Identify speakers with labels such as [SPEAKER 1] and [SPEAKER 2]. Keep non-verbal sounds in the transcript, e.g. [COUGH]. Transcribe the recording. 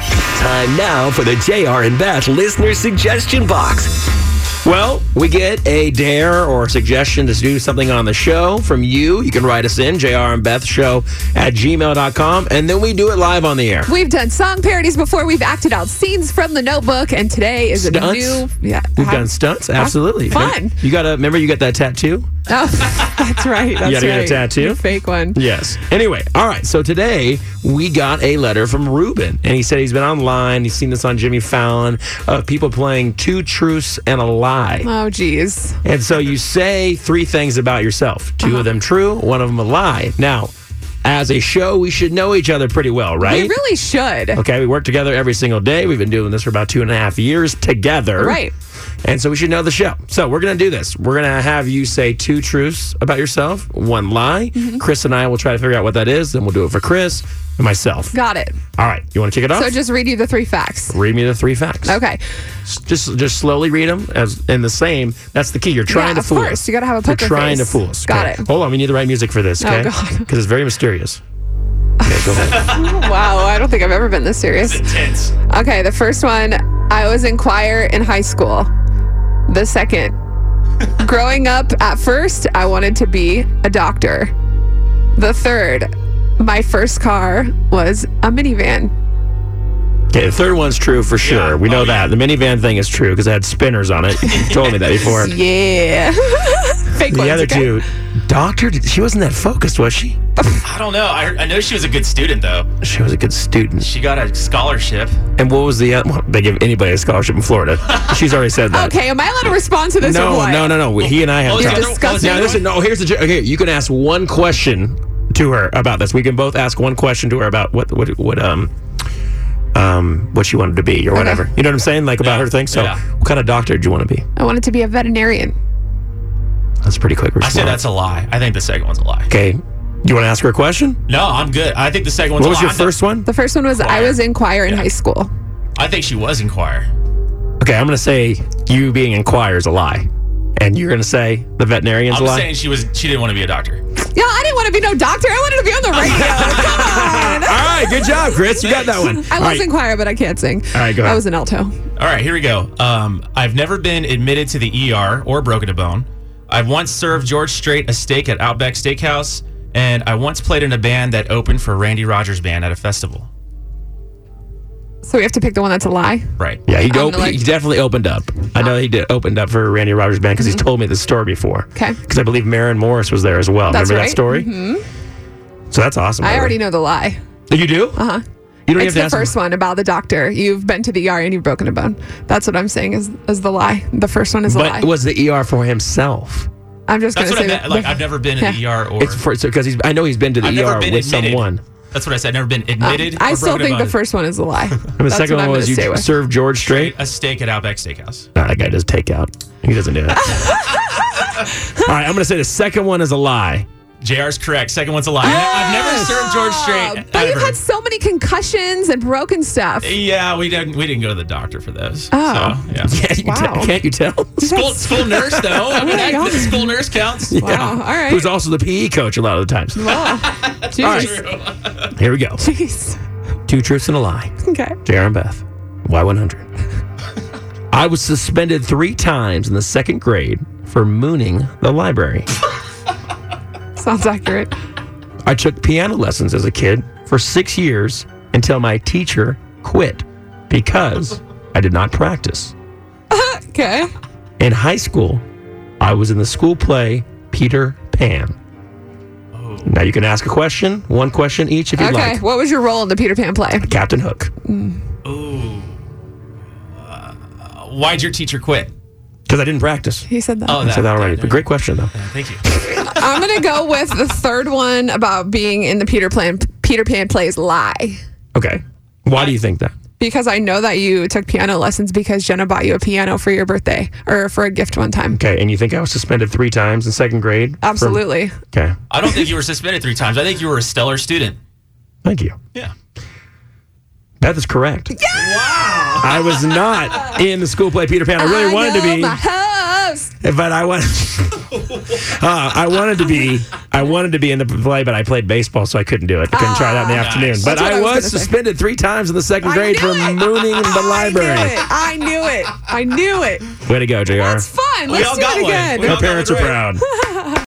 [SPEAKER 1] Time now for the JR and Beth listener suggestion box. Well, we get a dare or suggestion to do something on the show from you. You can write us in, JR and Beth show at gmail.com, and then we do it live on the air.
[SPEAKER 2] We've done song parodies before. We've acted out scenes from the notebook, and today is a
[SPEAKER 1] Stunts?
[SPEAKER 2] new. Yeah,
[SPEAKER 1] We've
[SPEAKER 2] how-
[SPEAKER 1] done stunts, absolutely.
[SPEAKER 2] fun.
[SPEAKER 1] You gotta remember you got that tattoo?
[SPEAKER 2] Oh, [LAUGHS] that's right. That's
[SPEAKER 1] gotta
[SPEAKER 2] right.
[SPEAKER 1] get a tattoo?
[SPEAKER 2] You fake one.
[SPEAKER 1] Yes. Anyway, all right. So today we got a letter from Ruben, and he said he's been online. He's seen this on Jimmy Fallon of people playing two truths and a lie.
[SPEAKER 2] Oh, geez.
[SPEAKER 1] And so you say three things about yourself two
[SPEAKER 2] Uh-huh.
[SPEAKER 1] of them true, one of them a lie. Now, as a show, we should know each other pretty well, right?
[SPEAKER 2] We really should.
[SPEAKER 1] Okay, we work together every single day. We've been doing this for about two and a half years together.
[SPEAKER 2] Right.
[SPEAKER 1] And so we should know the show. So we're going to do this. We're going to have you say two truths about yourself, one lie.
[SPEAKER 2] Mm-hmm.
[SPEAKER 1] Chris and I will try to figure out what that is. Then we'll do it for Chris and myself.
[SPEAKER 2] Got it.
[SPEAKER 1] All right. You want to kick it off?
[SPEAKER 2] So just read you the three facts.
[SPEAKER 1] read me the three facts.
[SPEAKER 2] Okay.
[SPEAKER 1] Just just slowly read them as in the same. That's the key. You're trying
[SPEAKER 2] Yeah,
[SPEAKER 1] to
[SPEAKER 2] of
[SPEAKER 1] fool
[SPEAKER 2] course.
[SPEAKER 1] us.
[SPEAKER 2] You gotta have a
[SPEAKER 1] You're
[SPEAKER 2] poker
[SPEAKER 1] trying
[SPEAKER 2] face.
[SPEAKER 1] to fool us.
[SPEAKER 2] Got
[SPEAKER 1] okay?
[SPEAKER 2] it.
[SPEAKER 1] Hold on. We need the right music for this.
[SPEAKER 2] Oh,
[SPEAKER 1] Okay.
[SPEAKER 2] God.
[SPEAKER 1] Because it's very mysterious. Okay, go ahead.
[SPEAKER 2] Oh, Wow, I don't think I've ever been this serious.
[SPEAKER 1] Tense.
[SPEAKER 2] Okay, the first one I was in choir in high school.
[SPEAKER 1] [LAUGHS]
[SPEAKER 2] The second, growing up, at first, I wanted to be a doctor. The third, my first car was a minivan.
[SPEAKER 1] Okay, the third one's true for sure. We know
[SPEAKER 3] Oh,
[SPEAKER 1] that. The minivan thing is true because it had spinners on it. You told me that
[SPEAKER 2] [LAUGHS]
[SPEAKER 1] before.
[SPEAKER 2] Yeah. Fake
[SPEAKER 1] The
[SPEAKER 2] ones,
[SPEAKER 1] other
[SPEAKER 2] okay?
[SPEAKER 1] two, Doctor, did- she wasn't that focused, was she?
[SPEAKER 3] I don't know. I, heard- I know she was a good student, though.
[SPEAKER 1] She was a good student.
[SPEAKER 3] She got a scholarship.
[SPEAKER 1] And what was the other well, They give anybody a scholarship in Florida. She's already said that.
[SPEAKER 2] Okay, am I allowed to respond to this or
[SPEAKER 1] No,
[SPEAKER 2] what?
[SPEAKER 1] no, no, no. We- He and I have
[SPEAKER 3] Well,
[SPEAKER 2] You're
[SPEAKER 1] time.
[SPEAKER 3] no, no,
[SPEAKER 2] Oh, disgusting.
[SPEAKER 3] no,
[SPEAKER 1] Now, listen, no, here's the joke. Okay, you can ask one question to her about this. We can both ask one question to her about what, what, what, um, um, what she wanted to be or whatever. You know what I'm saying? Like about
[SPEAKER 3] Yeah,
[SPEAKER 1] her thing. So,
[SPEAKER 3] yeah.
[SPEAKER 1] what kind of doctor do you want to be?
[SPEAKER 2] I wanted to be a veterinarian.
[SPEAKER 1] That's a pretty quick
[SPEAKER 3] I
[SPEAKER 1] response.
[SPEAKER 3] said that's a lie. I think the second one's a lie.
[SPEAKER 1] Okay. You want to ask her a question?
[SPEAKER 3] No, I'm good. I think the second one's
[SPEAKER 1] What
[SPEAKER 3] a
[SPEAKER 1] was
[SPEAKER 3] lie.
[SPEAKER 1] your
[SPEAKER 3] I thought-
[SPEAKER 1] first one?
[SPEAKER 2] The first one was I
[SPEAKER 3] Choir.
[SPEAKER 2] was in choir in
[SPEAKER 3] Yeah.
[SPEAKER 2] high school.
[SPEAKER 3] I think she was in choir.
[SPEAKER 1] Okay, I'm going to say you being in choir is a lie. And you're going to say the veterinarian's
[SPEAKER 3] I'm
[SPEAKER 1] a lie?
[SPEAKER 3] saying she was. She didn't want to be a doctor.
[SPEAKER 2] Yeah, I didn't want to be no doctor. I wanted to be on
[SPEAKER 1] [LAUGHS]
[SPEAKER 2] the radio. Come on.
[SPEAKER 1] All right, good job, Chris. You got
[SPEAKER 3] [LAUGHS]
[SPEAKER 1] that one.
[SPEAKER 2] I
[SPEAKER 1] All
[SPEAKER 2] was
[SPEAKER 1] right.
[SPEAKER 2] in choir, but I can't sing.
[SPEAKER 1] All right, go ahead.
[SPEAKER 2] I was an alto.
[SPEAKER 3] All right, here we go. Um, I've never been admitted to the ER or broken a bone. I've once served George Strait a steak at Outback Steakhouse, and I once played in a band that opened for Randy Rogers Band at a festival.
[SPEAKER 2] So we have to pick the one that's a lie.
[SPEAKER 3] Right.
[SPEAKER 1] Yeah, he,
[SPEAKER 2] gonna
[SPEAKER 1] op-
[SPEAKER 2] like-
[SPEAKER 1] he definitely opened up. I know he did opened up for Randy Rogers Band because he's told me this story before.
[SPEAKER 2] 'Kay.
[SPEAKER 1] Because I believe Marin Morris was there as well.
[SPEAKER 2] That's
[SPEAKER 1] Remember
[SPEAKER 2] right. Mm-hmm.
[SPEAKER 1] that story? So that's awesome. by
[SPEAKER 2] I
[SPEAKER 1] the
[SPEAKER 2] already
[SPEAKER 1] way.
[SPEAKER 2] know the lie.
[SPEAKER 1] You do? Uh huh. You don't even
[SPEAKER 2] It's the
[SPEAKER 1] have to ask.
[SPEAKER 2] first one about the doctor. You've been to the ER and you've broken a bone. That's what I'm saying is is the lie. The first one is a
[SPEAKER 1] but
[SPEAKER 2] lie.
[SPEAKER 1] it was the ER for himself.
[SPEAKER 2] I'm just
[SPEAKER 3] That's
[SPEAKER 2] gonna
[SPEAKER 3] what
[SPEAKER 2] say
[SPEAKER 3] I meant.
[SPEAKER 2] that-
[SPEAKER 3] Like I've never been in the ER or.
[SPEAKER 1] It's for because he's. I know he's been to the
[SPEAKER 3] I've
[SPEAKER 1] ER
[SPEAKER 3] never been
[SPEAKER 1] with
[SPEAKER 3] admitted.
[SPEAKER 1] someone.
[SPEAKER 3] That's what I said. Never been
[SPEAKER 2] um,
[SPEAKER 3] admitted.
[SPEAKER 2] I
[SPEAKER 3] or
[SPEAKER 2] still
[SPEAKER 3] broken a
[SPEAKER 2] think the
[SPEAKER 3] bone.
[SPEAKER 2] first one is a lie.
[SPEAKER 1] And [LAUGHS] the second one was you
[SPEAKER 2] stay with.
[SPEAKER 1] served George Strait.
[SPEAKER 3] A steak at Outback Steakhouse.
[SPEAKER 1] No, that guy does take out. He doesn't
[SPEAKER 2] [LAUGHS]
[SPEAKER 1] do that. All right, I'm going to say the second one is a lie.
[SPEAKER 3] JR's correct. Second one's a lie. I've never served George
[SPEAKER 2] Uh,
[SPEAKER 3] Strait.
[SPEAKER 2] Ah, but you've
[SPEAKER 3] ever.
[SPEAKER 2] had so many concussions and broken stuff.
[SPEAKER 3] Yeah, we didn't. We didn't go to the doctor for those.
[SPEAKER 2] Oh.
[SPEAKER 3] So, yeah.
[SPEAKER 1] Yeah, you
[SPEAKER 2] Wow.
[SPEAKER 1] te- can't you tell? [LAUGHS]
[SPEAKER 3] School,
[SPEAKER 2] [LAUGHS]
[SPEAKER 3] school nurse though. I mean,
[SPEAKER 2] my
[SPEAKER 3] I-
[SPEAKER 2] God.
[SPEAKER 3] the school
[SPEAKER 2] [LAUGHS]
[SPEAKER 3] nurse counts.
[SPEAKER 1] Yeah.
[SPEAKER 2] Wow, all right.
[SPEAKER 1] Who's also the PE coach a lot of the times.
[SPEAKER 3] [LAUGHS]
[SPEAKER 2] Jeez.
[SPEAKER 1] Here we go.
[SPEAKER 2] Jeez.
[SPEAKER 1] Two truths and a lie.
[SPEAKER 2] Okay.
[SPEAKER 1] JR and Beth, Y100. [LAUGHS] I was suspended three times in the second grade for mooning the library.
[SPEAKER 2] Sounds accurate.
[SPEAKER 1] I took piano lessons as a kid for six years until my teacher quit because I did not practice.
[SPEAKER 2] Okay.
[SPEAKER 1] In high school, I was in the school play Peter Pan. Now you can ask a question, one question each if you
[SPEAKER 2] Okay.
[SPEAKER 1] like.
[SPEAKER 2] What was your role in the Peter Pan play?
[SPEAKER 1] Captain Hook.
[SPEAKER 3] Ooh. Uh, why'd your teacher quit?
[SPEAKER 1] Because I didn't practice.
[SPEAKER 2] He said that.
[SPEAKER 3] Oh,
[SPEAKER 1] I said that
[SPEAKER 3] that-
[SPEAKER 1] already.
[SPEAKER 3] that-
[SPEAKER 1] But great question, though.
[SPEAKER 3] Thank you.
[SPEAKER 2] I'm gonna go with the third one about being in the Peter Pan Peter Pan plays lie
[SPEAKER 1] Okay. Why do you think that?
[SPEAKER 2] because I know that you took piano lessons because Jenna bought you a piano for your birthday or for a gift one time.
[SPEAKER 1] Okay, and you think I was suspended three times in second grade? for-
[SPEAKER 2] Absolutely.
[SPEAKER 1] okay,
[SPEAKER 3] I don't think you were suspended three times. I think you were a stellar student.
[SPEAKER 1] thank you.
[SPEAKER 3] Yeah.
[SPEAKER 1] That is correct.
[SPEAKER 3] Wow.
[SPEAKER 1] I was not in the school play Peter Pan. I really wanted to
[SPEAKER 2] know
[SPEAKER 1] be.
[SPEAKER 2] my host.
[SPEAKER 1] but I want, [LAUGHS] uh, I wanted to be, I wanted to be in the play, but I played baseball, so I couldn't do it. Couldn't try it out in the
[SPEAKER 3] Ah,
[SPEAKER 1] afternoon.
[SPEAKER 3] nice.
[SPEAKER 1] But
[SPEAKER 2] That's what
[SPEAKER 1] I
[SPEAKER 2] I was
[SPEAKER 1] was
[SPEAKER 2] gonna say.
[SPEAKER 1] suspended three times in the second
[SPEAKER 2] I
[SPEAKER 1] grade
[SPEAKER 2] knew
[SPEAKER 1] for
[SPEAKER 2] it.
[SPEAKER 1] mooning
[SPEAKER 2] [LAUGHS]
[SPEAKER 1] the library.
[SPEAKER 2] I knew it. I knew it. I knew it.
[SPEAKER 1] Way to go, Jr.
[SPEAKER 2] That's fun. Let's
[SPEAKER 3] all
[SPEAKER 2] do
[SPEAKER 3] got
[SPEAKER 2] it
[SPEAKER 3] one.
[SPEAKER 2] again.
[SPEAKER 3] We
[SPEAKER 1] Our
[SPEAKER 3] all got
[SPEAKER 1] parents are
[SPEAKER 3] it right.
[SPEAKER 1] proud.